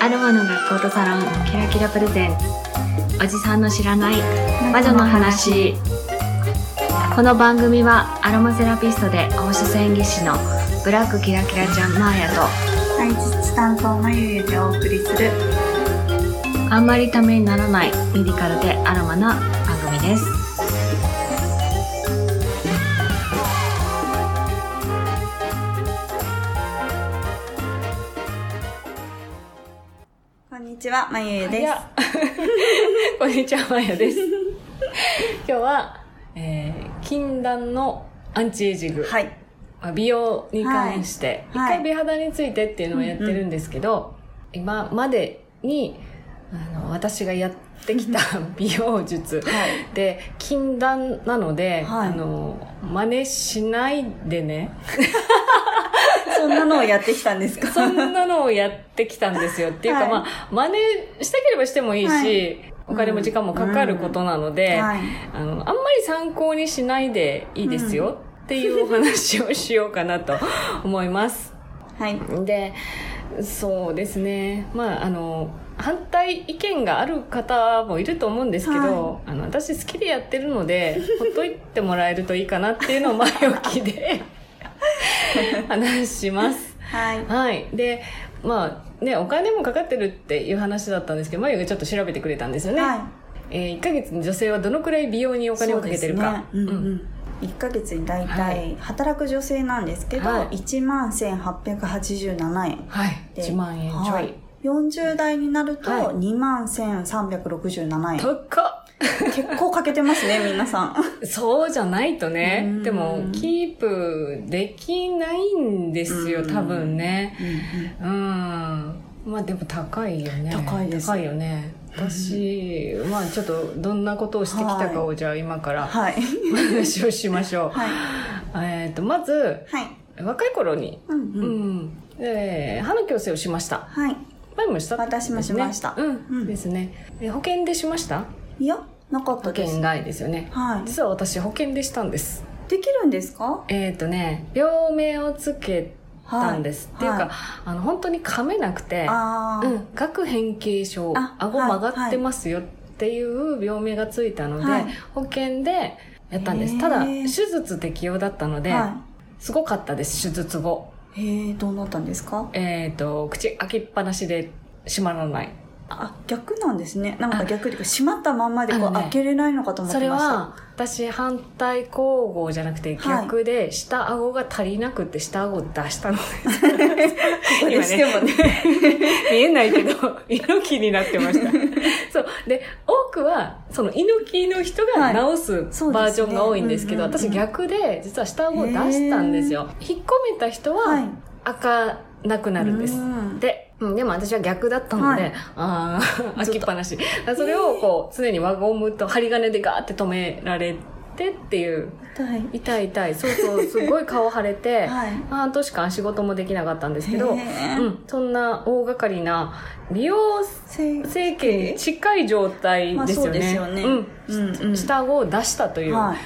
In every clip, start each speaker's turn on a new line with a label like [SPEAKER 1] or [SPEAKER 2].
[SPEAKER 1] アルマの学校とサロンキラキラプレゼンツおじさんの知らない魔女の話この番組はアロマセラピストで放射線技師のブラックキラキラちゃんマーヤと
[SPEAKER 2] 大実担当のゆゆでお送りする
[SPEAKER 1] あんまりためにならないメディカルでアロマな番組です
[SPEAKER 2] こんにちはまゆゆ
[SPEAKER 1] い
[SPEAKER 2] で
[SPEAKER 1] やこんにちはマーヤです今日は、えー禁断のアンチエイジング、
[SPEAKER 2] すはい
[SPEAKER 1] まあ美容に関して、一、
[SPEAKER 2] はい
[SPEAKER 1] 回美肌についてっていうのをやってるんですけど、今までにあの私がやってきた美容術
[SPEAKER 2] はい
[SPEAKER 1] で禁断なので、
[SPEAKER 2] はい
[SPEAKER 1] あの真似しないでね
[SPEAKER 2] そんなのをやってきたんですか
[SPEAKER 1] そんなのをやってきたんですよっていうか、
[SPEAKER 2] はい
[SPEAKER 1] まあ真似したければしてもいいし、
[SPEAKER 2] はい
[SPEAKER 1] お金も時間もかかることなので、
[SPEAKER 2] はい
[SPEAKER 1] あの、あんまり参考にしないでいいですよっていうお話をしようかなと思います。
[SPEAKER 2] はい
[SPEAKER 1] で、そうですね。まあ、あの、反対意見がある方もいると思うんですけど、あの、私好きでやってる ので、ほっといてもらえるといいかなっていうのを前置き で話します。
[SPEAKER 2] はい
[SPEAKER 1] はい。で、まあね、お金もかかってるっていう話だったんですけど、まゆがちょっと調べてくれたんですよね。
[SPEAKER 2] は
[SPEAKER 1] えー、1ヶ月に女性はどのくらい美容にお
[SPEAKER 2] い
[SPEAKER 1] 金をかけてるか。
[SPEAKER 2] そうですねうん
[SPEAKER 1] う
[SPEAKER 2] うんん1ヶ月に大
[SPEAKER 1] は
[SPEAKER 2] 体、働く女性なんですけど、
[SPEAKER 1] はい
[SPEAKER 2] 1万1887円
[SPEAKER 1] はい。
[SPEAKER 2] で
[SPEAKER 1] 1万円ちょい。
[SPEAKER 2] はい40代になると
[SPEAKER 1] はい
[SPEAKER 2] 2万1367円、
[SPEAKER 1] 高
[SPEAKER 2] 結構かけてますね皆さん
[SPEAKER 1] っそうじゃないと
[SPEAKER 2] う
[SPEAKER 1] ね。
[SPEAKER 2] ん
[SPEAKER 1] でも、キープできないんです
[SPEAKER 2] う
[SPEAKER 1] よ、
[SPEAKER 2] ん
[SPEAKER 1] 多分ね。
[SPEAKER 2] うんうん
[SPEAKER 1] うん。まあでも高いよね。
[SPEAKER 2] 高いです
[SPEAKER 1] 高いよね。私、まあちょっとどんなことをしてきたかを、じゃあ今から
[SPEAKER 2] はい
[SPEAKER 1] お話をしましょう。
[SPEAKER 2] はい
[SPEAKER 1] えっと、まず、
[SPEAKER 2] はい
[SPEAKER 1] 若い頃に、
[SPEAKER 2] うん
[SPEAKER 1] う
[SPEAKER 2] うん
[SPEAKER 1] ん。えー歯の矯正をしました。
[SPEAKER 2] はい
[SPEAKER 1] 前もした
[SPEAKER 2] 私もしました
[SPEAKER 1] うん、
[SPEAKER 2] うん
[SPEAKER 1] ですね。え保険でしました
[SPEAKER 2] いやなかっ
[SPEAKER 1] 保
[SPEAKER 2] たで
[SPEAKER 1] 険
[SPEAKER 2] す
[SPEAKER 1] 外ですよね。
[SPEAKER 2] はい
[SPEAKER 1] 実は私保険でしたんです。
[SPEAKER 2] できるんですか
[SPEAKER 1] えっ、とね、病名をつけたんです。
[SPEAKER 2] はい
[SPEAKER 1] っていうか、
[SPEAKER 2] は
[SPEAKER 1] あの、本当に噛めなくて、
[SPEAKER 2] ああ、
[SPEAKER 1] うん、顎変形症、
[SPEAKER 2] あ
[SPEAKER 1] 顎
[SPEAKER 2] はい
[SPEAKER 1] 曲がってますよっていう病名がついたので、
[SPEAKER 2] はい
[SPEAKER 1] 保険でやったんで
[SPEAKER 2] へ
[SPEAKER 1] す。
[SPEAKER 2] ー
[SPEAKER 1] ただ、手術適用だったので、
[SPEAKER 2] は
[SPEAKER 1] すごかったです、手術後。
[SPEAKER 2] い、へえどうなったんですか
[SPEAKER 1] えっ、と、口開きっぱなしで閉まらない。
[SPEAKER 2] あ逆なんですねなんか逆で閉まったまんまでこ
[SPEAKER 1] あ
[SPEAKER 2] う
[SPEAKER 1] のね
[SPEAKER 2] 開けれないのかと思っ
[SPEAKER 1] そ
[SPEAKER 2] て
[SPEAKER 1] れ
[SPEAKER 2] ました
[SPEAKER 1] は私反対交互じゃなくて逆で下顎が足りなくて下顎を出したので、
[SPEAKER 2] ここでしてもね
[SPEAKER 1] 見えないけど 猪木になってました そうで多くはその猪木の人が直す
[SPEAKER 2] そうですね
[SPEAKER 1] バージョンが多いんですけど、
[SPEAKER 2] うんうんうん
[SPEAKER 1] 私逆で実は下顎を出したんですよ引っ込めた人
[SPEAKER 2] はい
[SPEAKER 1] は開かなくなるんで
[SPEAKER 2] う
[SPEAKER 1] す、
[SPEAKER 2] ん
[SPEAKER 1] で、うんでも私は逆だったので、
[SPEAKER 2] はい
[SPEAKER 1] あ あ、開きっぱなし。それをこう、常に輪ゴムと針金でガーって止められてっていう。
[SPEAKER 2] はい
[SPEAKER 1] 痛い痛い。そうそう、すごい顔腫れ て、
[SPEAKER 2] はい
[SPEAKER 1] 半年間仕事もできなかったんですけど、う
[SPEAKER 2] へー
[SPEAKER 1] ん、そんな大掛かりな美容
[SPEAKER 2] せ
[SPEAKER 1] 整形に近い状態
[SPEAKER 2] まあ
[SPEAKER 1] です
[SPEAKER 2] そう
[SPEAKER 1] よ
[SPEAKER 2] です
[SPEAKER 1] ね。
[SPEAKER 2] よね
[SPEAKER 1] うん。
[SPEAKER 2] うんうん
[SPEAKER 1] 下顎を出したという
[SPEAKER 2] はい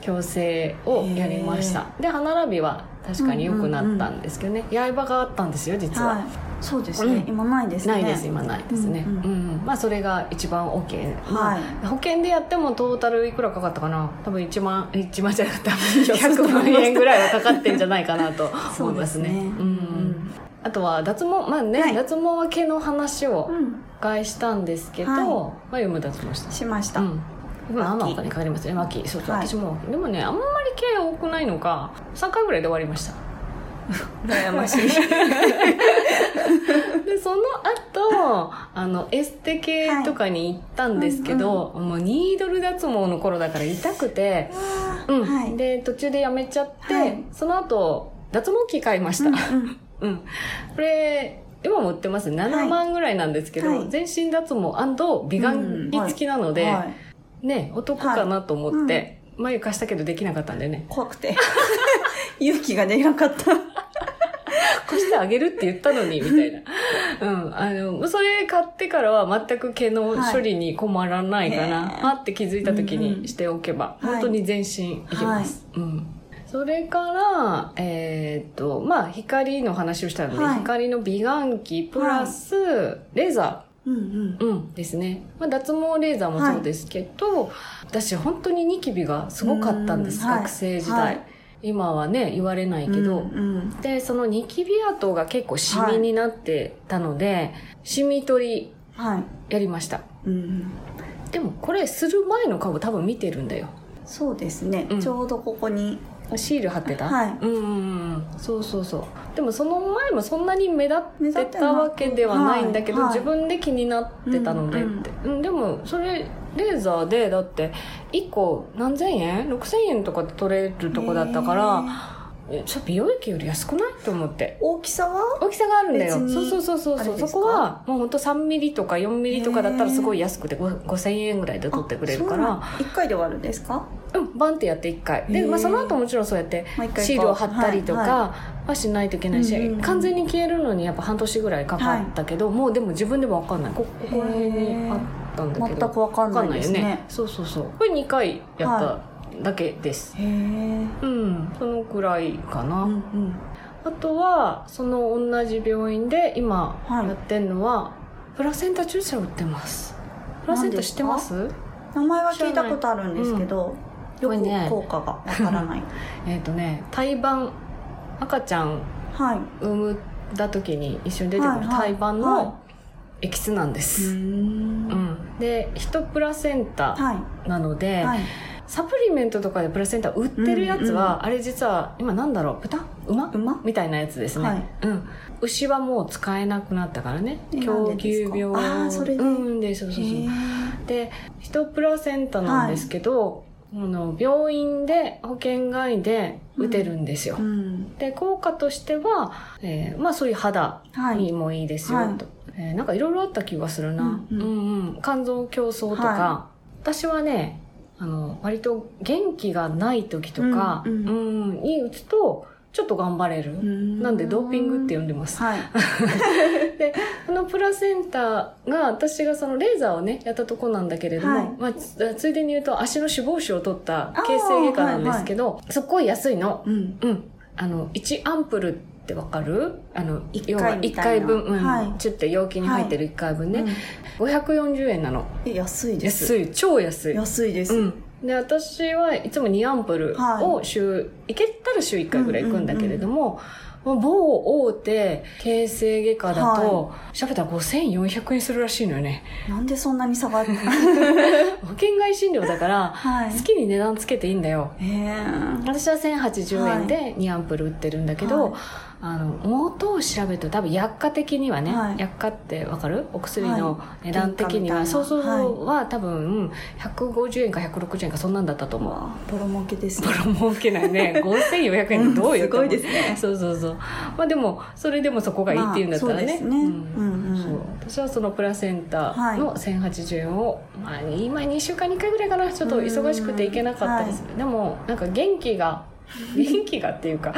[SPEAKER 1] 矯正をやりました。で、歯並びは確かに良くなったんですけどね。刃があったんですよ、実は。
[SPEAKER 2] はいそうですね、
[SPEAKER 1] うん
[SPEAKER 2] 今ないですね
[SPEAKER 1] ないです今ないですねう
[SPEAKER 2] うんん、
[SPEAKER 1] う
[SPEAKER 2] うん
[SPEAKER 1] まあそれが一番 OK、まあ
[SPEAKER 2] はい
[SPEAKER 1] 保険でやってもトータルいくらかかったかな多分1万1万じゃな かった100
[SPEAKER 2] 100
[SPEAKER 1] 万
[SPEAKER 2] 万
[SPEAKER 1] 円
[SPEAKER 2] 円
[SPEAKER 1] ぐらいはかかってんじゃないかなと
[SPEAKER 2] そ
[SPEAKER 1] 思いうま
[SPEAKER 2] ですす
[SPEAKER 1] ね
[SPEAKER 2] ね
[SPEAKER 1] うんあとは脱毛まあね、
[SPEAKER 2] はい
[SPEAKER 1] 脱毛は毛の話を
[SPEAKER 2] うん
[SPEAKER 1] 返したんですけど、
[SPEAKER 2] はい
[SPEAKER 1] まあ読む脱毛した
[SPEAKER 2] しました、
[SPEAKER 1] うんまあまあ
[SPEAKER 2] 脇
[SPEAKER 1] お金かかりますね脇そうそう、
[SPEAKER 2] はい
[SPEAKER 1] 私もでもねあんまり毛多くないのか3回ぐらいで終わりました
[SPEAKER 2] 羨ましい
[SPEAKER 1] でその 後あのエステ系とかに行ったんですけど、もうニードル脱毛の頃だから痛くて、う ん
[SPEAKER 2] はい
[SPEAKER 1] で途中でやめちゃって、
[SPEAKER 2] はい
[SPEAKER 1] その後脱毛器買いまし
[SPEAKER 2] う
[SPEAKER 1] た、
[SPEAKER 2] ん
[SPEAKER 1] うんこれ今も売ってます7万ぐらいなんですけど、
[SPEAKER 2] はい
[SPEAKER 1] 全身脱毛美顔器付きなので、
[SPEAKER 2] はい、
[SPEAKER 1] ねお得かなと思って、眉貸したけどできなかったんでね
[SPEAKER 2] 怖くて勇気が出なかった
[SPEAKER 1] 貸してあげるって言ったの に、みたいな。うん。あの、それ買ってからは全く毛の処理に困らないかな。
[SPEAKER 2] はいねえ
[SPEAKER 1] あって気づいた時
[SPEAKER 2] うんう
[SPEAKER 1] に
[SPEAKER 2] ん
[SPEAKER 1] しておけ
[SPEAKER 2] は
[SPEAKER 1] ば、
[SPEAKER 2] い
[SPEAKER 1] 本当に全身いけます。うん。それから、ええっと、まあ、光の話をしたので、
[SPEAKER 2] はい
[SPEAKER 1] 光の美顔器プラス、レーザ
[SPEAKER 2] うんうん
[SPEAKER 1] ー、うん、ですね。まあ、脱毛レーザーもそうですけど、私、本当にニキビがすごかったんです、
[SPEAKER 2] うんはい
[SPEAKER 1] 学生時代、
[SPEAKER 2] はい
[SPEAKER 1] 今はね、言われないけど、
[SPEAKER 2] うんうん
[SPEAKER 1] で、そのニキビ跡が結構シミになってたので、シミ取り
[SPEAKER 2] はい
[SPEAKER 1] やりました。
[SPEAKER 2] うんうん
[SPEAKER 1] でもこれする前の株多分見てるんだよ。
[SPEAKER 2] そうですね、
[SPEAKER 1] うん
[SPEAKER 2] ちょうどここに
[SPEAKER 1] シール貼ってた
[SPEAKER 2] はい
[SPEAKER 1] うんうんうん。そうそうそう。でもその前もそんなに
[SPEAKER 2] 目
[SPEAKER 1] 目立
[SPEAKER 2] 立
[SPEAKER 1] っ
[SPEAKER 2] ってて
[SPEAKER 1] た
[SPEAKER 2] な
[SPEAKER 1] わけではないんだけど、
[SPEAKER 2] はいはい
[SPEAKER 1] 自分で気になってたのでって。うんでもそれ、レーザーでだって1個何千円 ?6000 円とかで取れるとこだったから、
[SPEAKER 2] ら
[SPEAKER 1] えそれ美容液より安くないと思って。
[SPEAKER 2] 大きさは
[SPEAKER 1] 大きさがあるんだよ
[SPEAKER 2] 別に
[SPEAKER 1] そうそうそうそう
[SPEAKER 2] あれです
[SPEAKER 1] そ
[SPEAKER 2] か
[SPEAKER 1] こはもうほんと3ミリとか4ミリとかだったらすごい安くてご5000円ぐらいで取ってくれるか
[SPEAKER 2] あそう
[SPEAKER 1] ら
[SPEAKER 2] なん一回で終わるんですか
[SPEAKER 1] うんバンってやって1回で、
[SPEAKER 2] へー
[SPEAKER 1] まあ、その後もちろんそうやって
[SPEAKER 2] 毎回
[SPEAKER 1] シールを貼ったりと
[SPEAKER 2] はいは
[SPEAKER 1] かはしないといけないし、
[SPEAKER 2] うんうんうん
[SPEAKER 1] 完全に消えるのにやっぱ半年ぐらいかかったけど、もうでも自分でも分かんないここここら辺にあったんだけ
[SPEAKER 2] 全
[SPEAKER 1] ど
[SPEAKER 2] くわかん
[SPEAKER 1] 分か
[SPEAKER 2] なんい
[SPEAKER 1] ない
[SPEAKER 2] です
[SPEAKER 1] よね
[SPEAKER 2] ね
[SPEAKER 1] そうそうそうこれ2回やっただけです、
[SPEAKER 2] へえうん
[SPEAKER 1] うんそのくらいかな、
[SPEAKER 2] うん
[SPEAKER 1] あとはその同じ病院で今
[SPEAKER 2] はい
[SPEAKER 1] やってるのは、プラセンタ注射を打ってますプラセンタ知ってます
[SPEAKER 2] 名前は聞いたことあるんですけど、
[SPEAKER 1] 知らないうん
[SPEAKER 2] よく効果がわから ない
[SPEAKER 1] えっ、とね胎盤赤ちゃん
[SPEAKER 2] はい
[SPEAKER 1] 産んだ時に一緒に出てく
[SPEAKER 2] はい
[SPEAKER 1] る
[SPEAKER 2] はい
[SPEAKER 1] 胎盤
[SPEAKER 2] は
[SPEAKER 1] のエキスなんです、
[SPEAKER 2] ん
[SPEAKER 1] うん、で1プラセンタ
[SPEAKER 2] は
[SPEAKER 1] なので、
[SPEAKER 2] いはい
[SPEAKER 1] サプリメントとかでプラセンタ売ってるやつは、あれ実は今なんだろう豚馬
[SPEAKER 2] 馬
[SPEAKER 1] みたいなやつですね、
[SPEAKER 2] はい
[SPEAKER 1] うん、牛はもう使えなくなったからね
[SPEAKER 2] え
[SPEAKER 1] 狂牛病
[SPEAKER 2] なんでですかあーそれで
[SPEAKER 1] うんでそうそうそう
[SPEAKER 2] へ
[SPEAKER 1] で1プラセンタなんですけど、あの病院で保険外で打てるんですよ、
[SPEAKER 2] ーうん
[SPEAKER 1] で効果としては、えーまあそういう肌
[SPEAKER 2] は
[SPEAKER 1] に
[SPEAKER 2] い
[SPEAKER 1] もいいですよ、
[SPEAKER 2] はい
[SPEAKER 1] と、えーなんかいろいろあった気がするな、う
[SPEAKER 2] うんん
[SPEAKER 1] う
[SPEAKER 2] うんん
[SPEAKER 1] 肝臓競争とか、
[SPEAKER 2] は
[SPEAKER 1] 私はねあの割と元気がない時とか、う
[SPEAKER 2] うんんう
[SPEAKER 1] に打つとちょっと頑張れる、なんでドーピングって
[SPEAKER 2] う
[SPEAKER 1] 呼んでます
[SPEAKER 2] はい
[SPEAKER 1] でこのプラセンタが私がそのレーザーをねやったとこなんだけれども、
[SPEAKER 2] はい
[SPEAKER 1] まあ、つついでに言うと足の脂肪腫を取った形成外科なんですけど、すっごい安いの
[SPEAKER 2] うん
[SPEAKER 1] うん、あの1アンプルってわかるあの
[SPEAKER 2] 一回
[SPEAKER 1] 要は
[SPEAKER 2] み
[SPEAKER 1] 1
[SPEAKER 2] たいな
[SPEAKER 1] 回分、うん
[SPEAKER 2] はい
[SPEAKER 1] チュッて容器に入ってる1回分ね、
[SPEAKER 2] うん
[SPEAKER 1] 540円なの
[SPEAKER 2] え安いです
[SPEAKER 1] 安い超安い
[SPEAKER 2] 安いです、
[SPEAKER 1] うん、で私はいつも2アンプル
[SPEAKER 2] はい
[SPEAKER 1] を週、い、けたら週1回ぐらい行くんだけれども、もう某大手形成外科だと、シャベタ5400円するらしいのよね
[SPEAKER 2] なんでそんなに下が るの
[SPEAKER 1] 保険外診療だから
[SPEAKER 2] はい
[SPEAKER 1] 好きに値段つけていいんだよ
[SPEAKER 2] へえ
[SPEAKER 1] 私は1080円で2アンプル売ってるんだけ
[SPEAKER 2] は
[SPEAKER 1] ど、
[SPEAKER 2] い
[SPEAKER 1] あの元を調べると多分薬価的にはね、
[SPEAKER 2] はい
[SPEAKER 1] 薬価ってわかるお薬の値段的に
[SPEAKER 2] 原価みたい
[SPEAKER 1] は、
[SPEAKER 2] な
[SPEAKER 1] そうそうそうは、多分150円か160円かそんなんだったと思う
[SPEAKER 2] わあボロ儲けです ね
[SPEAKER 1] ボロ儲けないね5400円ってどうよ
[SPEAKER 2] んすごいですね
[SPEAKER 1] そうそうそうまあでもそれでもそこがいいっていうんだったら
[SPEAKER 2] まあ
[SPEAKER 1] ね,、
[SPEAKER 2] そうですねうんうん
[SPEAKER 1] そう私はそのプラセンタの1080円を、まあ、今2週間に1回ぐらいかなちょっと忙しくて行けなかったです、でもなんか元 気が元気がっていうか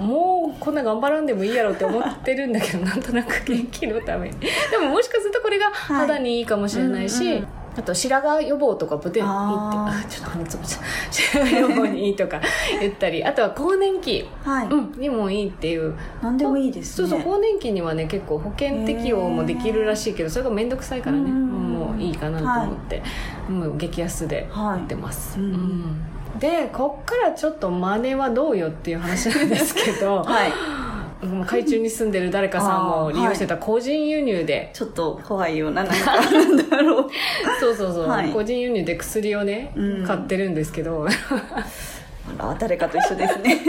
[SPEAKER 1] もうこんな頑張らんでもいいやろって思ってるんだけど なんとなく元気のためにでももしかするとこれが
[SPEAKER 2] い
[SPEAKER 1] 肌にいいかもしれないし、
[SPEAKER 2] うんうん
[SPEAKER 1] あと白髪予防とかブテンいいって
[SPEAKER 2] あー
[SPEAKER 1] あちょっと鼻つぶっちゃう白髪予防にいいとか言ったりあとは更年期、
[SPEAKER 2] はい、
[SPEAKER 1] うん、にもいいっていう
[SPEAKER 2] なんでもいいです
[SPEAKER 1] そう
[SPEAKER 2] ね
[SPEAKER 1] そう更年期にはね結構保険適用もできるらしいけどそれが面倒くさいからね
[SPEAKER 2] うん
[SPEAKER 1] もういいかなと思って、もう激安で
[SPEAKER 2] は
[SPEAKER 1] やって
[SPEAKER 2] い
[SPEAKER 1] ます、
[SPEAKER 2] うん
[SPEAKER 1] うんでこっからちょっと真似はどうよっていう話なんですけど
[SPEAKER 2] はい
[SPEAKER 1] もう海中に住んでる誰かさんも利用してた個人輸入で
[SPEAKER 2] ちょっと怖いようななんかなんだ ろう
[SPEAKER 1] そうそうそう、
[SPEAKER 2] はい
[SPEAKER 1] 個人輸入で薬をね、
[SPEAKER 2] うん
[SPEAKER 1] 買ってるんですけど い
[SPEAKER 2] あら誰かと一緒です ね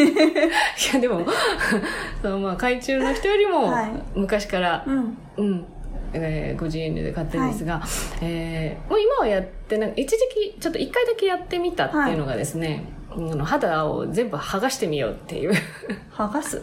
[SPEAKER 1] やでも そのまあ海中の人よりも
[SPEAKER 2] はい
[SPEAKER 1] 昔から、
[SPEAKER 2] うん
[SPEAKER 1] うんえー個人輸入で買ってるんですが、えーもう今はやってなんか一時期ちょっと一回だけやってみたっていうのがですね、うんあの肌を全部剥がしてみようっていう
[SPEAKER 2] 剥がす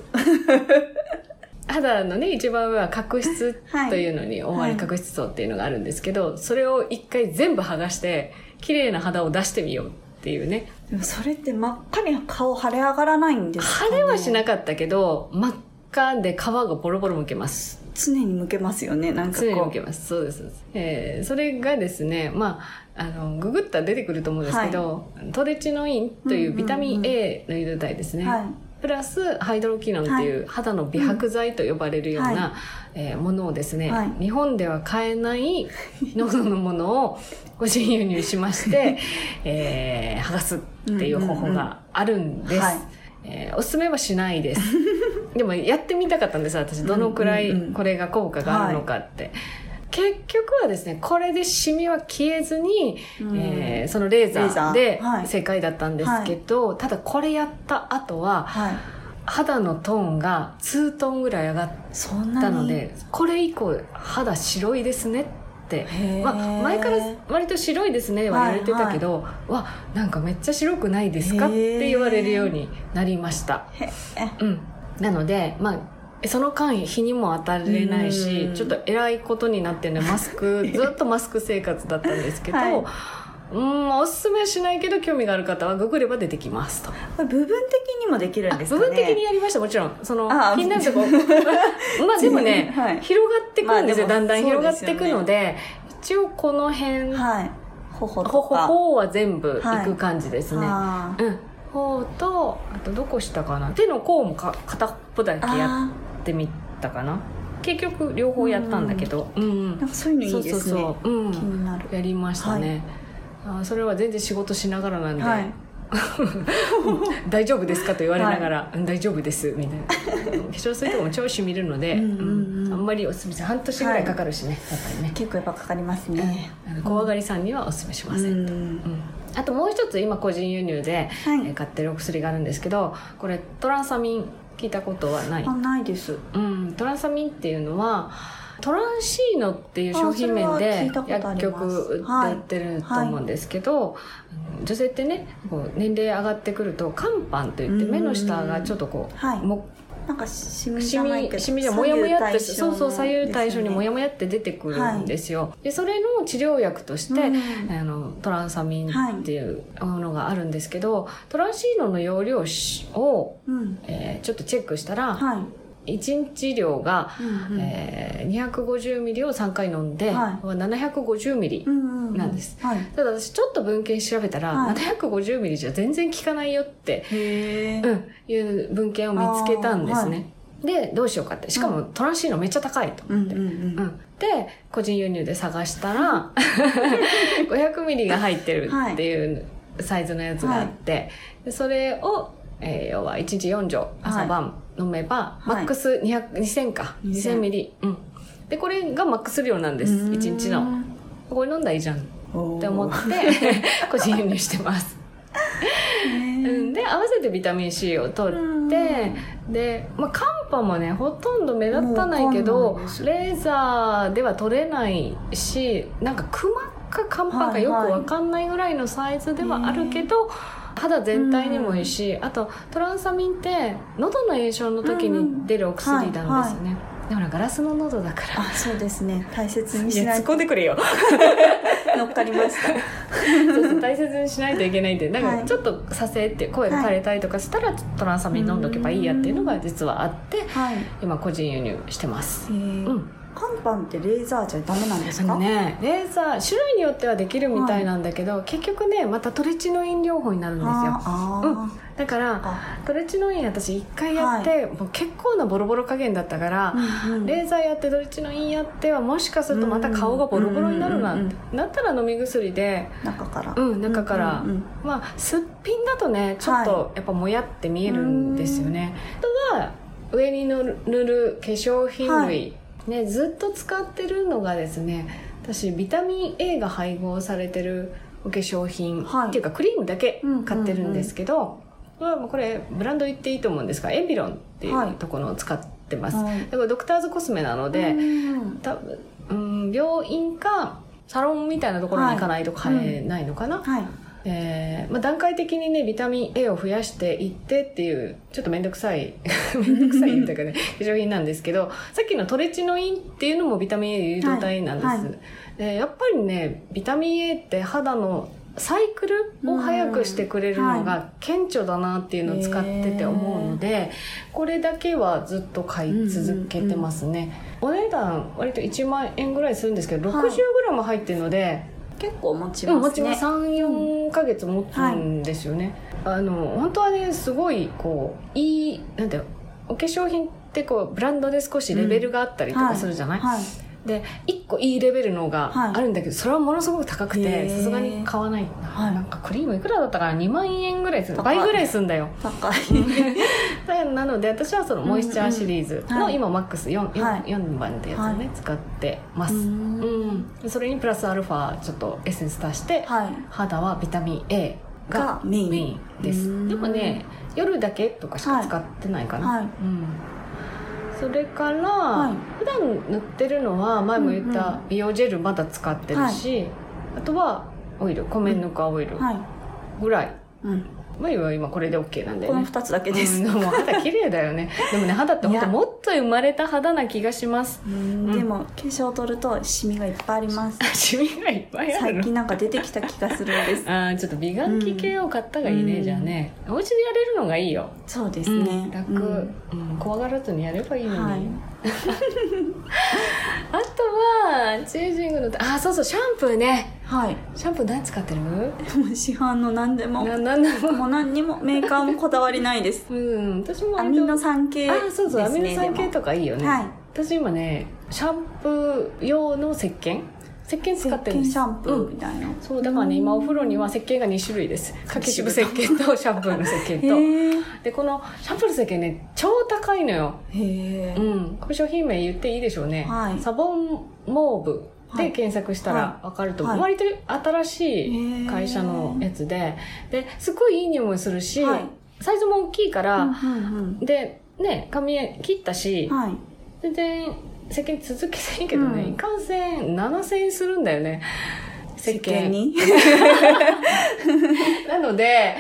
[SPEAKER 1] 肌のね一番上は角質
[SPEAKER 2] はい
[SPEAKER 1] というのに覆われ
[SPEAKER 2] はい
[SPEAKER 1] 角質層っていうのがあるんですけど、それを一回全部剥がして綺麗な肌を出してみようっていうね
[SPEAKER 2] でもそれって真っ赤に顔腫れ上がらないんですか、ね、
[SPEAKER 1] 晴れはしなかったけど真っ赤で皮がボロボロむけます
[SPEAKER 2] 常に向けますよねなんかこう
[SPEAKER 1] 常にむけますそうです、えーそれがですねまああのググったら出てくると思うんですけど、トレチノインというビタミン A の融体ですね、
[SPEAKER 2] はい
[SPEAKER 1] プラスハイドロキノンっていう肌の美白剤と呼ばれるような、
[SPEAKER 2] うんは
[SPEAKER 1] えーものをですね、
[SPEAKER 2] はい
[SPEAKER 1] 日本では買えない喉のものを個人輸入しまして、 えー剥がすっていう方法があるんです、
[SPEAKER 2] うんうんうんはい
[SPEAKER 1] えーおすすめはしないです でもやってみたかったんです私どのくらい
[SPEAKER 2] うんうんうん
[SPEAKER 1] これが効果があるのかって、結局はですねこれでシミは消えずに、
[SPEAKER 2] うん
[SPEAKER 1] えーそのレーザ
[SPEAKER 2] レーザ
[SPEAKER 1] ー
[SPEAKER 2] ー
[SPEAKER 1] で
[SPEAKER 2] はい
[SPEAKER 1] 正解だったんですけど、ただこれやった後は
[SPEAKER 2] はい
[SPEAKER 1] 肌のトーンが2トーンぐらい上がっ
[SPEAKER 2] そんな
[SPEAKER 1] た
[SPEAKER 2] に
[SPEAKER 1] のでこれ以降肌白いですねって
[SPEAKER 2] へー
[SPEAKER 1] まあ、前から割と白いですねは言われてたけど、わなんかめっちゃ白くないですかっ
[SPEAKER 2] へー
[SPEAKER 1] て言われるようになりました、
[SPEAKER 2] へえ
[SPEAKER 1] うん、なのでまあその間日にも当たれないし
[SPEAKER 2] うん
[SPEAKER 1] ちょっと偉いことになってねマス クずっとマスク生活だったんですけど、
[SPEAKER 2] はいう
[SPEAKER 1] ーんおすすめはしないけど興味がある方はググれば出てきますと、
[SPEAKER 2] これ部分的にもできるんですか
[SPEAKER 1] 部
[SPEAKER 2] ね
[SPEAKER 1] 分的にやりましたもちろんその
[SPEAKER 2] あー
[SPEAKER 1] 気になるとこ まあで もね、
[SPEAKER 2] はい
[SPEAKER 1] 広がってくるんですよ、
[SPEAKER 2] まあ
[SPEAKER 1] だ
[SPEAKER 2] で
[SPEAKER 1] ん
[SPEAKER 2] も
[SPEAKER 1] だん広がってくの
[SPEAKER 2] そう
[SPEAKER 1] で一応この辺
[SPEAKER 2] はい頬とか
[SPEAKER 1] ほほほは全部いく感じですね、
[SPEAKER 2] あー
[SPEAKER 1] うんほうとあとどこしたかな手の甲もか片っぽだけや
[SPEAKER 2] あ
[SPEAKER 1] ってみたかな結局両方やったんだけどうん、
[SPEAKER 2] ーなんかそういう
[SPEAKER 1] そ
[SPEAKER 2] のいういで
[SPEAKER 1] そう
[SPEAKER 2] すね
[SPEAKER 1] そう、う
[SPEAKER 2] 気
[SPEAKER 1] ん、
[SPEAKER 2] になる
[SPEAKER 1] やりましたね、あーそれは全然仕事しながらなんで、
[SPEAKER 2] はい
[SPEAKER 1] 大丈夫ですかと言われながら、うん大丈夫ですみた いな化粧水とかも調子見るので
[SPEAKER 2] うんうんうん
[SPEAKER 1] あんまりおすすめ半年ぐらいかかるしね、やっぱりね
[SPEAKER 2] 結構やっぱかかりますね
[SPEAKER 1] あの怖がりさんにはおすすめしま
[SPEAKER 2] う
[SPEAKER 1] せん、
[SPEAKER 2] ん
[SPEAKER 1] うんあともう一つ今個人輸入で
[SPEAKER 2] は
[SPEAKER 1] えー
[SPEAKER 2] い
[SPEAKER 1] 買ってるお薬があるんですけどこれトランサミン聞いたことはない
[SPEAKER 2] あ、ないです
[SPEAKER 1] うん、トランサミンっていうのはトランシーノっていう商品
[SPEAKER 2] あ
[SPEAKER 1] 名
[SPEAKER 2] それは聞
[SPEAKER 1] で
[SPEAKER 2] いたことありま
[SPEAKER 1] 薬
[SPEAKER 2] す
[SPEAKER 1] 局で
[SPEAKER 2] はい
[SPEAKER 1] 売ってると思うんですけど、うん女性ってねこう年齢上がってくると肝斑といって
[SPEAKER 2] うん
[SPEAKER 1] 目の下がちょっとこう、
[SPEAKER 2] はい
[SPEAKER 1] も
[SPEAKER 2] なんかシミじ
[SPEAKER 1] シ
[SPEAKER 2] ゃないけ
[SPEAKER 1] ミ
[SPEAKER 2] ど
[SPEAKER 1] シミじゃもやもやっ
[SPEAKER 2] 左右
[SPEAKER 1] て
[SPEAKER 2] 対称
[SPEAKER 1] そうそう左右対称にもや
[SPEAKER 2] も
[SPEAKER 1] もやって出てくるんですよ、でそれの治療薬として、あのトランサミンっていうものがあるんですけど、トランシーノの容量しを、
[SPEAKER 2] うん
[SPEAKER 1] えーちょっとチェックしたら、
[SPEAKER 2] はい
[SPEAKER 1] 1日量が、
[SPEAKER 2] うんうん
[SPEAKER 1] えー250ミリを3回飲んで、
[SPEAKER 2] は
[SPEAKER 1] 750ミリ、
[SPEAKER 2] うんうん
[SPEAKER 1] なんです
[SPEAKER 2] はい
[SPEAKER 1] ただ私ちょっと文献調べたら、
[SPEAKER 2] はい
[SPEAKER 1] 750ミリじゃ全然効かないよって、
[SPEAKER 2] へえ
[SPEAKER 1] うん、いう文献を見つけたんですね、でどうしようかってしかもトランシーノめっちゃ高いと
[SPEAKER 2] うん
[SPEAKER 1] 思っ
[SPEAKER 2] う
[SPEAKER 1] て、
[SPEAKER 2] んうん
[SPEAKER 1] うん、で個人輸入で探した ら500ミリが入ってるっていうサイズのやつがあって、でそれを、えー要は1日4錠朝晩飲めば、
[SPEAKER 2] い
[SPEAKER 1] マックス200 2000か2000
[SPEAKER 2] 2000
[SPEAKER 1] ミリ、うん、でこれがマックス量なんです
[SPEAKER 2] うん
[SPEAKER 1] 1日のこれ飲んだらいいじゃんっ
[SPEAKER 2] おー
[SPEAKER 1] て思って 個人輸入してます、
[SPEAKER 2] へ
[SPEAKER 1] う
[SPEAKER 2] ー
[SPEAKER 1] ん、で合わせてビタミン C を取ってで、まあ、寒波もねほとんど目立たないけ
[SPEAKER 2] もうわ
[SPEAKER 1] ど
[SPEAKER 2] かんないです
[SPEAKER 1] レーザーでは取れないしなんかクマか寒波かよく
[SPEAKER 2] はいはい
[SPEAKER 1] わかんないぐらいのサイズではあるけど、肌全体にもいいし、あとトランサミンって喉の炎症の時に出るお薬なんですよね、だからガラスの喉だから
[SPEAKER 2] あそうですね大切に
[SPEAKER 1] い
[SPEAKER 2] し
[SPEAKER 1] や
[SPEAKER 2] な
[SPEAKER 1] 突
[SPEAKER 2] い
[SPEAKER 1] っ込んでくれよ
[SPEAKER 2] 乗っかりま した
[SPEAKER 1] そうそう大切にしないといけないんでだから
[SPEAKER 2] はい
[SPEAKER 1] ちょっと「させ」って声が枯れたりとかしたら、トランサミン飲んどけばいいやっていうのが実はあって
[SPEAKER 2] はい
[SPEAKER 1] 今個人輸入してます
[SPEAKER 2] えー
[SPEAKER 1] うん
[SPEAKER 2] 乾パンってレーザーじゃダメなんです
[SPEAKER 1] あ
[SPEAKER 2] か
[SPEAKER 1] のねレーザー種類によってはできるみたいなんだけど、結局ねまたトレチノイン療法になるんですよ
[SPEAKER 2] あーあー
[SPEAKER 1] だから
[SPEAKER 2] あ
[SPEAKER 1] トレチノイン私一回やって、もう結構なボロボロ加減だったから、
[SPEAKER 2] うんうん
[SPEAKER 1] レーザーやってトレチノインやってはもしかするとまた顔がボロボロになるな、
[SPEAKER 2] うんうんうん
[SPEAKER 1] なったら飲み薬で
[SPEAKER 2] 中から
[SPEAKER 1] うん中から
[SPEAKER 2] うんうんうん
[SPEAKER 1] まあすっぴんだとねちょっとやっぱもやって見えるんですよね、あとは上に塗る化粧品類、
[SPEAKER 2] は
[SPEAKER 1] ね、ずっと使ってるのがですね私ビタミン A が配合されてるお化粧品、
[SPEAKER 2] はい
[SPEAKER 1] っていうかクリームだけ
[SPEAKER 2] うん
[SPEAKER 1] 買ってるんですけど、これはもうこれブランド言っていいと思うんですがエビロンってい
[SPEAKER 2] は
[SPEAKER 1] う
[SPEAKER 2] い
[SPEAKER 1] ところを使ってます、
[SPEAKER 2] はい
[SPEAKER 1] だからドクターズコスメなので、
[SPEAKER 2] うん
[SPEAKER 1] 多分うん病院かサロンみたいなところに行かないと買えないのかな、
[SPEAKER 2] はい
[SPEAKER 1] えーまあ、段階的にねビタミン A を増やしていってっていうちょっと面倒くさい 面倒くさいっていうかね化粧品なんですけどさっきのトレチノインっていうのもビタミン A 誘導体なんです、
[SPEAKER 2] はいはい
[SPEAKER 1] でやっぱりねビタミン A って肌のサイクルを早くしてくれるの
[SPEAKER 2] う
[SPEAKER 1] が顕著だなっていうのを使ってて思うので、これだけはずっと買い続けてますね、お値段割と1万円ぐらいするんですけど
[SPEAKER 2] はい
[SPEAKER 1] 60g 入ってるので、
[SPEAKER 2] 結構持ち
[SPEAKER 1] でも
[SPEAKER 2] ま
[SPEAKER 1] も
[SPEAKER 2] す
[SPEAKER 1] ち
[SPEAKER 2] ね
[SPEAKER 1] ろん34ヶ月持つんですよね、あの本当はねすごいこういいなんていうのお化粧品ってこうブランドで少しレベルがあったりと
[SPEAKER 2] うんは
[SPEAKER 1] か
[SPEAKER 2] い
[SPEAKER 1] するじゃない、
[SPEAKER 2] はい
[SPEAKER 1] で1個いいレベルの
[SPEAKER 2] はい
[SPEAKER 1] があるんだけど、それはものすごく高く
[SPEAKER 2] へ
[SPEAKER 1] て
[SPEAKER 2] ー
[SPEAKER 1] さすがに買わない、
[SPEAKER 2] はい
[SPEAKER 1] なんかクリームいくらだったかな2万円ぐらいする
[SPEAKER 2] 高い
[SPEAKER 1] 倍ぐらいすんだよ
[SPEAKER 2] 高い
[SPEAKER 1] だなので私はそのモイスチャーシリーズ
[SPEAKER 2] うんうん
[SPEAKER 1] の
[SPEAKER 2] はい
[SPEAKER 1] 今マックス 4,
[SPEAKER 2] はい
[SPEAKER 1] 4, 4番ってやつをね、
[SPEAKER 2] は
[SPEAKER 1] 使ってます、
[SPEAKER 2] うん
[SPEAKER 1] うん、それにプラスアルファちょっとエッセンス足して、
[SPEAKER 2] はい
[SPEAKER 1] 肌はビタミン A が
[SPEAKER 2] がメイン
[SPEAKER 1] メインで
[SPEAKER 2] う
[SPEAKER 1] す
[SPEAKER 2] ん
[SPEAKER 1] でもね夜だけとかしか使ってないかな、
[SPEAKER 2] はい
[SPEAKER 1] うん、それから、
[SPEAKER 2] い
[SPEAKER 1] 普段塗ってるのは前も言っ
[SPEAKER 2] うん
[SPEAKER 1] た
[SPEAKER 2] う
[SPEAKER 1] 美容ジェルまだ使ってるし、あとはオイル米ぬかオイル
[SPEAKER 2] はい、
[SPEAKER 1] ぐらい、
[SPEAKER 2] うん、
[SPEAKER 1] まあ今は今これで OK なんだ
[SPEAKER 2] こ
[SPEAKER 1] よ
[SPEAKER 2] の
[SPEAKER 1] ね
[SPEAKER 2] 2つだけです、
[SPEAKER 1] うん、でも肌綺麗だよねでもね肌って本
[SPEAKER 2] い
[SPEAKER 1] 当
[SPEAKER 2] や
[SPEAKER 1] もっと生まれた肌な気がします
[SPEAKER 2] うんでも化粧取るとシミがいっぱいあります
[SPEAKER 1] シミがいっぱいある
[SPEAKER 2] 最近なんか出てきた気がするん です
[SPEAKER 1] あーちょっと美顔器系を買ったがいいね、
[SPEAKER 2] うん
[SPEAKER 1] じゃあねお家でやれるのがいいよ、
[SPEAKER 2] そうですね、
[SPEAKER 1] うん楽、
[SPEAKER 2] う
[SPEAKER 1] うん怖がらずにやればいいのに、
[SPEAKER 2] はい
[SPEAKER 1] あとはチージングのあーそうそうシャンプーね
[SPEAKER 2] はい
[SPEAKER 1] シャンプー何使ってる
[SPEAKER 2] もう市販の何でも
[SPEAKER 1] ななんだろう
[SPEAKER 2] もう何にもメーカーもこだわりない です
[SPEAKER 1] うん私も
[SPEAKER 2] アミノ
[SPEAKER 1] 酸
[SPEAKER 2] 酸系
[SPEAKER 1] あーそうそう、アミノ酸系
[SPEAKER 2] と
[SPEAKER 1] とかいいよね、
[SPEAKER 2] はい
[SPEAKER 1] 私今ねシャンプー用の石鹸石鹸使ってるんで
[SPEAKER 2] 石鹸
[SPEAKER 1] す
[SPEAKER 2] シャンプ
[SPEAKER 1] う
[SPEAKER 2] ー
[SPEAKER 1] ん
[SPEAKER 2] みたいな、
[SPEAKER 1] そうだからね今お風呂には石鹸が2種類ですかけしぶ石鹸とシャンプーの石
[SPEAKER 2] へ
[SPEAKER 1] 鹸と
[SPEAKER 2] ー
[SPEAKER 1] でこのシャンプーの石鹸ね超高いのよ
[SPEAKER 2] へ
[SPEAKER 1] う
[SPEAKER 2] ー
[SPEAKER 1] ん、これ商品名言っていいでしょうね、
[SPEAKER 2] はい
[SPEAKER 1] サボンモーブ
[SPEAKER 2] は
[SPEAKER 1] で
[SPEAKER 2] い
[SPEAKER 1] 検索したら分かると思う、
[SPEAKER 2] は
[SPEAKER 1] 割と新しい会社のやつでですごいいい匂いもするし、
[SPEAKER 2] はい
[SPEAKER 1] サイズも大きいから、
[SPEAKER 2] うんうんうん
[SPEAKER 1] でね髪切ったし、
[SPEAKER 2] はい
[SPEAKER 1] 全然石鹸続けていいけどね、
[SPEAKER 2] うん
[SPEAKER 1] いかんせん7000円するんだよね石鹸
[SPEAKER 2] に
[SPEAKER 1] なので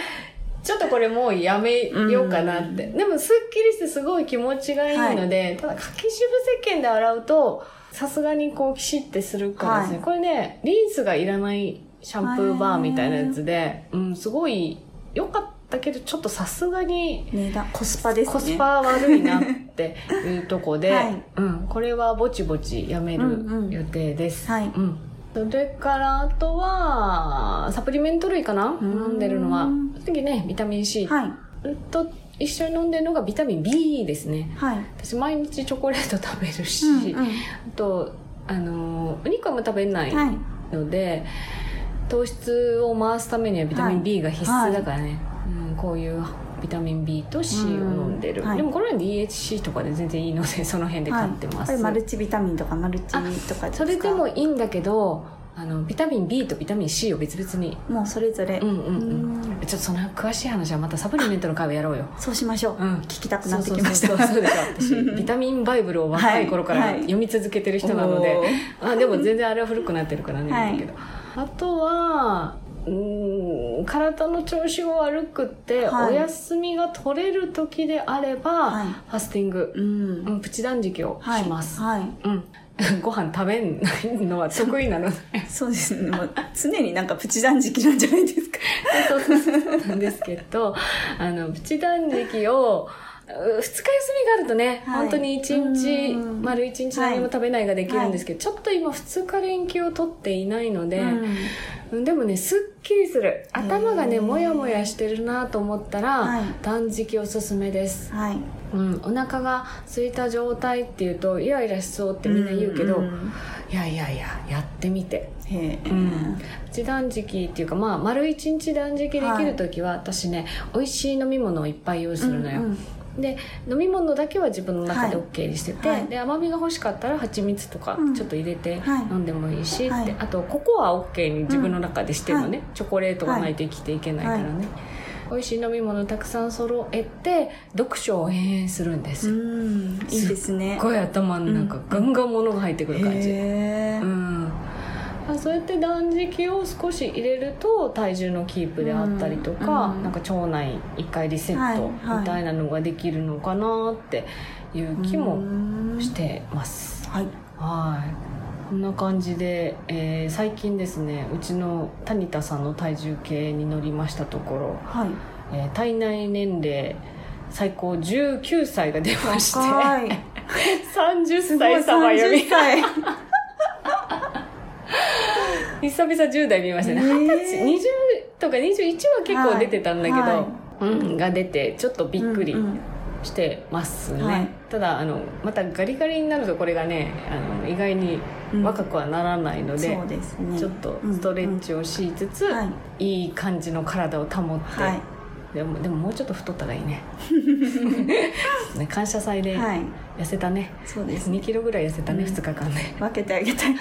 [SPEAKER 1] ちょっとこれもうやめようかなって、でもすっきりしてすごい気持ちがいいので、ただかきしぶ石鹸で洗うとさすがにこうキシッてするからですね、
[SPEAKER 2] は
[SPEAKER 1] これねリンスがいらないシャンプーバーみたいなやつで、うん、すごい良かったけどちょっとさすがに
[SPEAKER 2] 値段コスパですね
[SPEAKER 1] コスパ悪いなっていうとこ で、
[SPEAKER 2] はい
[SPEAKER 1] うん、これはぼちぼちやめる
[SPEAKER 2] うんうん
[SPEAKER 1] 予定です、
[SPEAKER 2] はい
[SPEAKER 1] うん、それからあとはサプリメント類かな
[SPEAKER 2] ーん
[SPEAKER 1] 飲んでるのは次ねビタミン C
[SPEAKER 2] はい
[SPEAKER 1] と一緒に飲んでるのがビタミン B ですね
[SPEAKER 2] はい
[SPEAKER 1] 私毎日チョコレート食べるし、
[SPEAKER 2] うんうん
[SPEAKER 1] あとあのーお肉はもう食べない
[SPEAKER 2] はい
[SPEAKER 1] ので、糖質を回すためにはビタミ
[SPEAKER 2] は
[SPEAKER 1] ン
[SPEAKER 2] い
[SPEAKER 1] B が必須だからね、うん、こういうビタミン B と C を飲んでる、
[SPEAKER 2] うんはい
[SPEAKER 1] でもこれは DHC とかで全然いいのでその辺で買ってます、
[SPEAKER 2] はい、これマルチビタミンとかマルチとかですか
[SPEAKER 1] それでもいいんだけどあのビタミン B とビタミン C を別々に
[SPEAKER 2] もうそれぞれ、
[SPEAKER 1] うんうんうん
[SPEAKER 2] うーん
[SPEAKER 1] ちょっとその詳しい話はまたサプリメントの会をやろうよ
[SPEAKER 2] そうしましょう、
[SPEAKER 1] うん
[SPEAKER 2] 聞きたくなってきました
[SPEAKER 1] そうそうそうそうでしょ 私ビタミンバイブルを若い頃か
[SPEAKER 2] は
[SPEAKER 1] ら
[SPEAKER 2] いはい
[SPEAKER 1] 読み続けてる人なので、
[SPEAKER 2] おー
[SPEAKER 1] あでも全然あれは古くなってるからね、
[SPEAKER 2] はい
[SPEAKER 1] だけどあとはうーん体の調子が悪くて、
[SPEAKER 2] はい
[SPEAKER 1] お休みが取れる時であれば、
[SPEAKER 2] はい
[SPEAKER 1] ファスティング、
[SPEAKER 2] うん
[SPEAKER 1] うん、プチ断食を
[SPEAKER 2] はい
[SPEAKER 1] します、
[SPEAKER 2] はい
[SPEAKER 1] うん、 ご飯食べないのは得意なので
[SPEAKER 2] そうですねもう常になんかプチ断食なんじゃないですか
[SPEAKER 1] そうそうそうなんですけどあのプチ断食を2日休みがあるとね、
[SPEAKER 2] はい
[SPEAKER 1] 本当に1日
[SPEAKER 2] うん
[SPEAKER 1] 丸1日何も食べないができるんですけど、ちょっと今2日連休を取っていないので、
[SPEAKER 2] うん
[SPEAKER 1] うんでもねすっきりする頭が
[SPEAKER 2] へ
[SPEAKER 1] ね
[SPEAKER 2] ー
[SPEAKER 1] もやもやしてるなと思ったら、
[SPEAKER 2] はい
[SPEAKER 1] 断食おすすめです、
[SPEAKER 2] はい
[SPEAKER 1] うん、お腹が空いた状態っていうとイライラしそうってみんな言うけど、
[SPEAKER 2] んん
[SPEAKER 1] いやいやいややってみて
[SPEAKER 2] へえ、
[SPEAKER 1] うん、一断食っていうかまあ丸一日断食できる時は、私ね美味しい飲み物をいっぱい用意するのよ、
[SPEAKER 2] うんうん
[SPEAKER 1] で飲み物だけは自分の中で
[SPEAKER 2] はい
[SPEAKER 1] OK にしてて、
[SPEAKER 2] はい
[SPEAKER 1] で甘みが欲しかったら蜂蜜とか
[SPEAKER 2] うん
[SPEAKER 1] ちょっと入れて
[SPEAKER 2] はい
[SPEAKER 1] 飲んでもいいし、
[SPEAKER 2] はい
[SPEAKER 1] ってあとココア OK に自分の中でしてるのね、チョコレートがないと生きていけないからね、美味しい飲み物たくさん揃えて読書を延々するんです、
[SPEAKER 2] うんいいですね
[SPEAKER 1] すっごい頭の中、ガンガン物が入ってくる感じ
[SPEAKER 2] へえ、
[SPEAKER 1] うん、あそうやって断食を少し入れると体重のキープであったりとか、
[SPEAKER 2] うんうん
[SPEAKER 1] なんか腸内一回リセット
[SPEAKER 2] はいはい
[SPEAKER 1] みたいなのができるのかなっていう気もしてます、
[SPEAKER 2] はい
[SPEAKER 1] はいこんな感じで、えー最近ですねうちの谷田さんの体重計に乗りましたところ、
[SPEAKER 2] はい
[SPEAKER 1] えー体内年齢最高19歳が出まして
[SPEAKER 2] はい
[SPEAKER 1] 30歳様より
[SPEAKER 2] すごい30歳
[SPEAKER 1] 久々10代見ましたね。
[SPEAKER 2] へー
[SPEAKER 1] 二十歳、20とか21は結構出てたんだけど、
[SPEAKER 2] はいは
[SPEAKER 1] うん、が出て、ちょっ とびっくり
[SPEAKER 2] うんうん
[SPEAKER 1] してますね。
[SPEAKER 2] はい
[SPEAKER 1] ただ、あの、またガリガリになるとこれがね、あの意外に若くはならないので、
[SPEAKER 2] そうですね
[SPEAKER 1] ちょっとストレッチをしつつ、
[SPEAKER 2] うんうんはい
[SPEAKER 1] い、い感じの体を保って、
[SPEAKER 2] はい
[SPEAKER 1] でもでももうちょっと太ったらいい ねね感謝祭で
[SPEAKER 2] はい
[SPEAKER 1] 痩せたね、
[SPEAKER 2] そうですね
[SPEAKER 1] 2キロぐらい痩せたね、
[SPEAKER 2] うん
[SPEAKER 1] 2日間で、
[SPEAKER 2] 分けてあげた い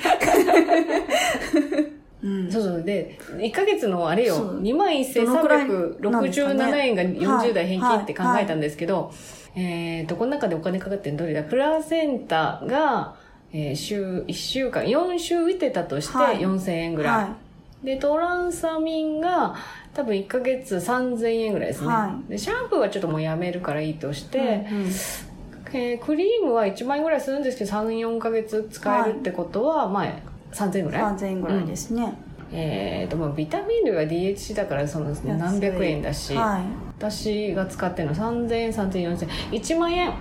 [SPEAKER 2] うん
[SPEAKER 1] そうそうで1ヶ月のあれよ
[SPEAKER 2] そう
[SPEAKER 1] 2万
[SPEAKER 2] どのくらいなんですか
[SPEAKER 1] 1367
[SPEAKER 2] ね
[SPEAKER 1] 円が40代平均って考
[SPEAKER 2] はいはい
[SPEAKER 1] えたんですけど、えー、とこの中でお金かかってるのどれだプラセンタが、えー週1週間4週打てたとして
[SPEAKER 2] はい
[SPEAKER 1] 4000円ぐらい
[SPEAKER 2] は
[SPEAKER 1] でトランサミンが多分1ヶ月3000円ぐらいですね、
[SPEAKER 2] は
[SPEAKER 1] でシャンプーはちょっともうやめるからいいとし
[SPEAKER 2] い
[SPEAKER 1] て、
[SPEAKER 2] うんうん
[SPEAKER 1] えークリームは1万円ぐらいするんですけど34ヶ月使えるってことは、まあ3000円ぐらい、
[SPEAKER 2] 3000円ぐらいですね、
[SPEAKER 1] えー、とまあビタミン類は DHC だからその
[SPEAKER 2] 安い
[SPEAKER 1] 何百円だし、
[SPEAKER 2] はい
[SPEAKER 1] 私が使ってるのは3000円3000円4000円1万円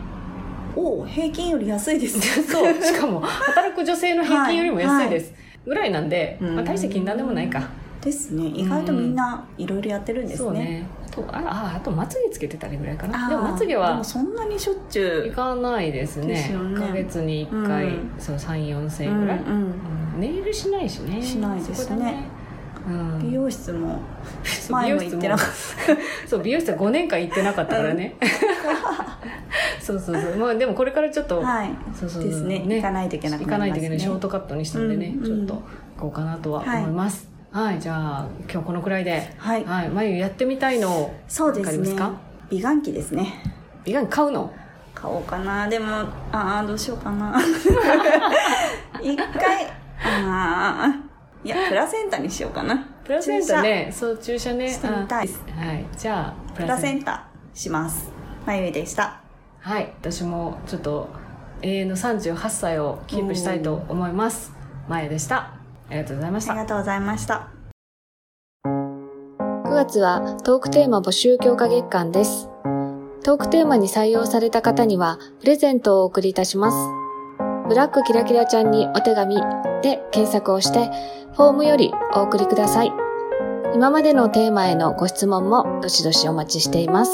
[SPEAKER 2] お平均より安いですね
[SPEAKER 1] そうしかも働く女性の平均よりも安いです、ぐらいなんで、
[SPEAKER 2] うん
[SPEAKER 1] まあ、大して気になんでもないか、
[SPEAKER 2] ですね意外とみんないろいろやってるんですね,、
[SPEAKER 1] そうねあとあああとまつげつけてたりぐらいか
[SPEAKER 2] あ
[SPEAKER 1] な
[SPEAKER 2] ー
[SPEAKER 1] でもまつげ
[SPEAKER 2] で
[SPEAKER 1] は
[SPEAKER 2] もそんなにしょっちゅ
[SPEAKER 1] いうかないですね
[SPEAKER 2] ですよね
[SPEAKER 1] 1ヶ月に1回、
[SPEAKER 2] うん
[SPEAKER 1] そう34000円ぐらい、
[SPEAKER 2] うんうん
[SPEAKER 1] ネイルしないしね
[SPEAKER 2] しないですね
[SPEAKER 1] そこだうん、
[SPEAKER 2] 美
[SPEAKER 1] 美容
[SPEAKER 2] 容室も
[SPEAKER 1] 室
[SPEAKER 2] 前も行ってなかっ
[SPEAKER 1] そう美容室は5年間行ってなかったからね、 そうそうそうまあでもこれからちょっと、
[SPEAKER 2] たはい
[SPEAKER 1] そうそうそう
[SPEAKER 2] ですね行かないといけなく
[SPEAKER 1] 行
[SPEAKER 2] な
[SPEAKER 1] かな
[SPEAKER 2] り
[SPEAKER 1] い
[SPEAKER 2] ま
[SPEAKER 1] とい
[SPEAKER 2] すね
[SPEAKER 1] けないショートカットにしたんでね、
[SPEAKER 2] うんうん
[SPEAKER 1] ちょっと行こうかなとは思いますはい、じゃあ今日このくらいで
[SPEAKER 2] はい
[SPEAKER 1] はい眉やってみたいのを
[SPEAKER 2] そうで
[SPEAKER 1] わか
[SPEAKER 2] す
[SPEAKER 1] ります
[SPEAKER 2] ね
[SPEAKER 1] か
[SPEAKER 2] 美顔器ですね
[SPEAKER 1] 美顔器買うの
[SPEAKER 2] 買おうかなでもああどうしようか な一回ああいやプラセンタにしようかな
[SPEAKER 1] プラセンタねそう注射ね
[SPEAKER 2] してみたいです
[SPEAKER 1] あはいじゃあプ
[SPEAKER 2] プラセンタしますまゆみでした
[SPEAKER 1] はい、私もちょっと永遠の38歳をキープしたいと思います。まやでした。ありがとうございまし
[SPEAKER 2] あ
[SPEAKER 1] た
[SPEAKER 2] り。がとうございました
[SPEAKER 3] 9月はトークテーマ募集強化月間です。トークテーマに採用された方にはプレゼントをお送りいたします。ブラックキラキラちゃんにお手紙で検索をしてフォームよりお送りください。今までのテーマへのご質問もどしどしお待ちしています。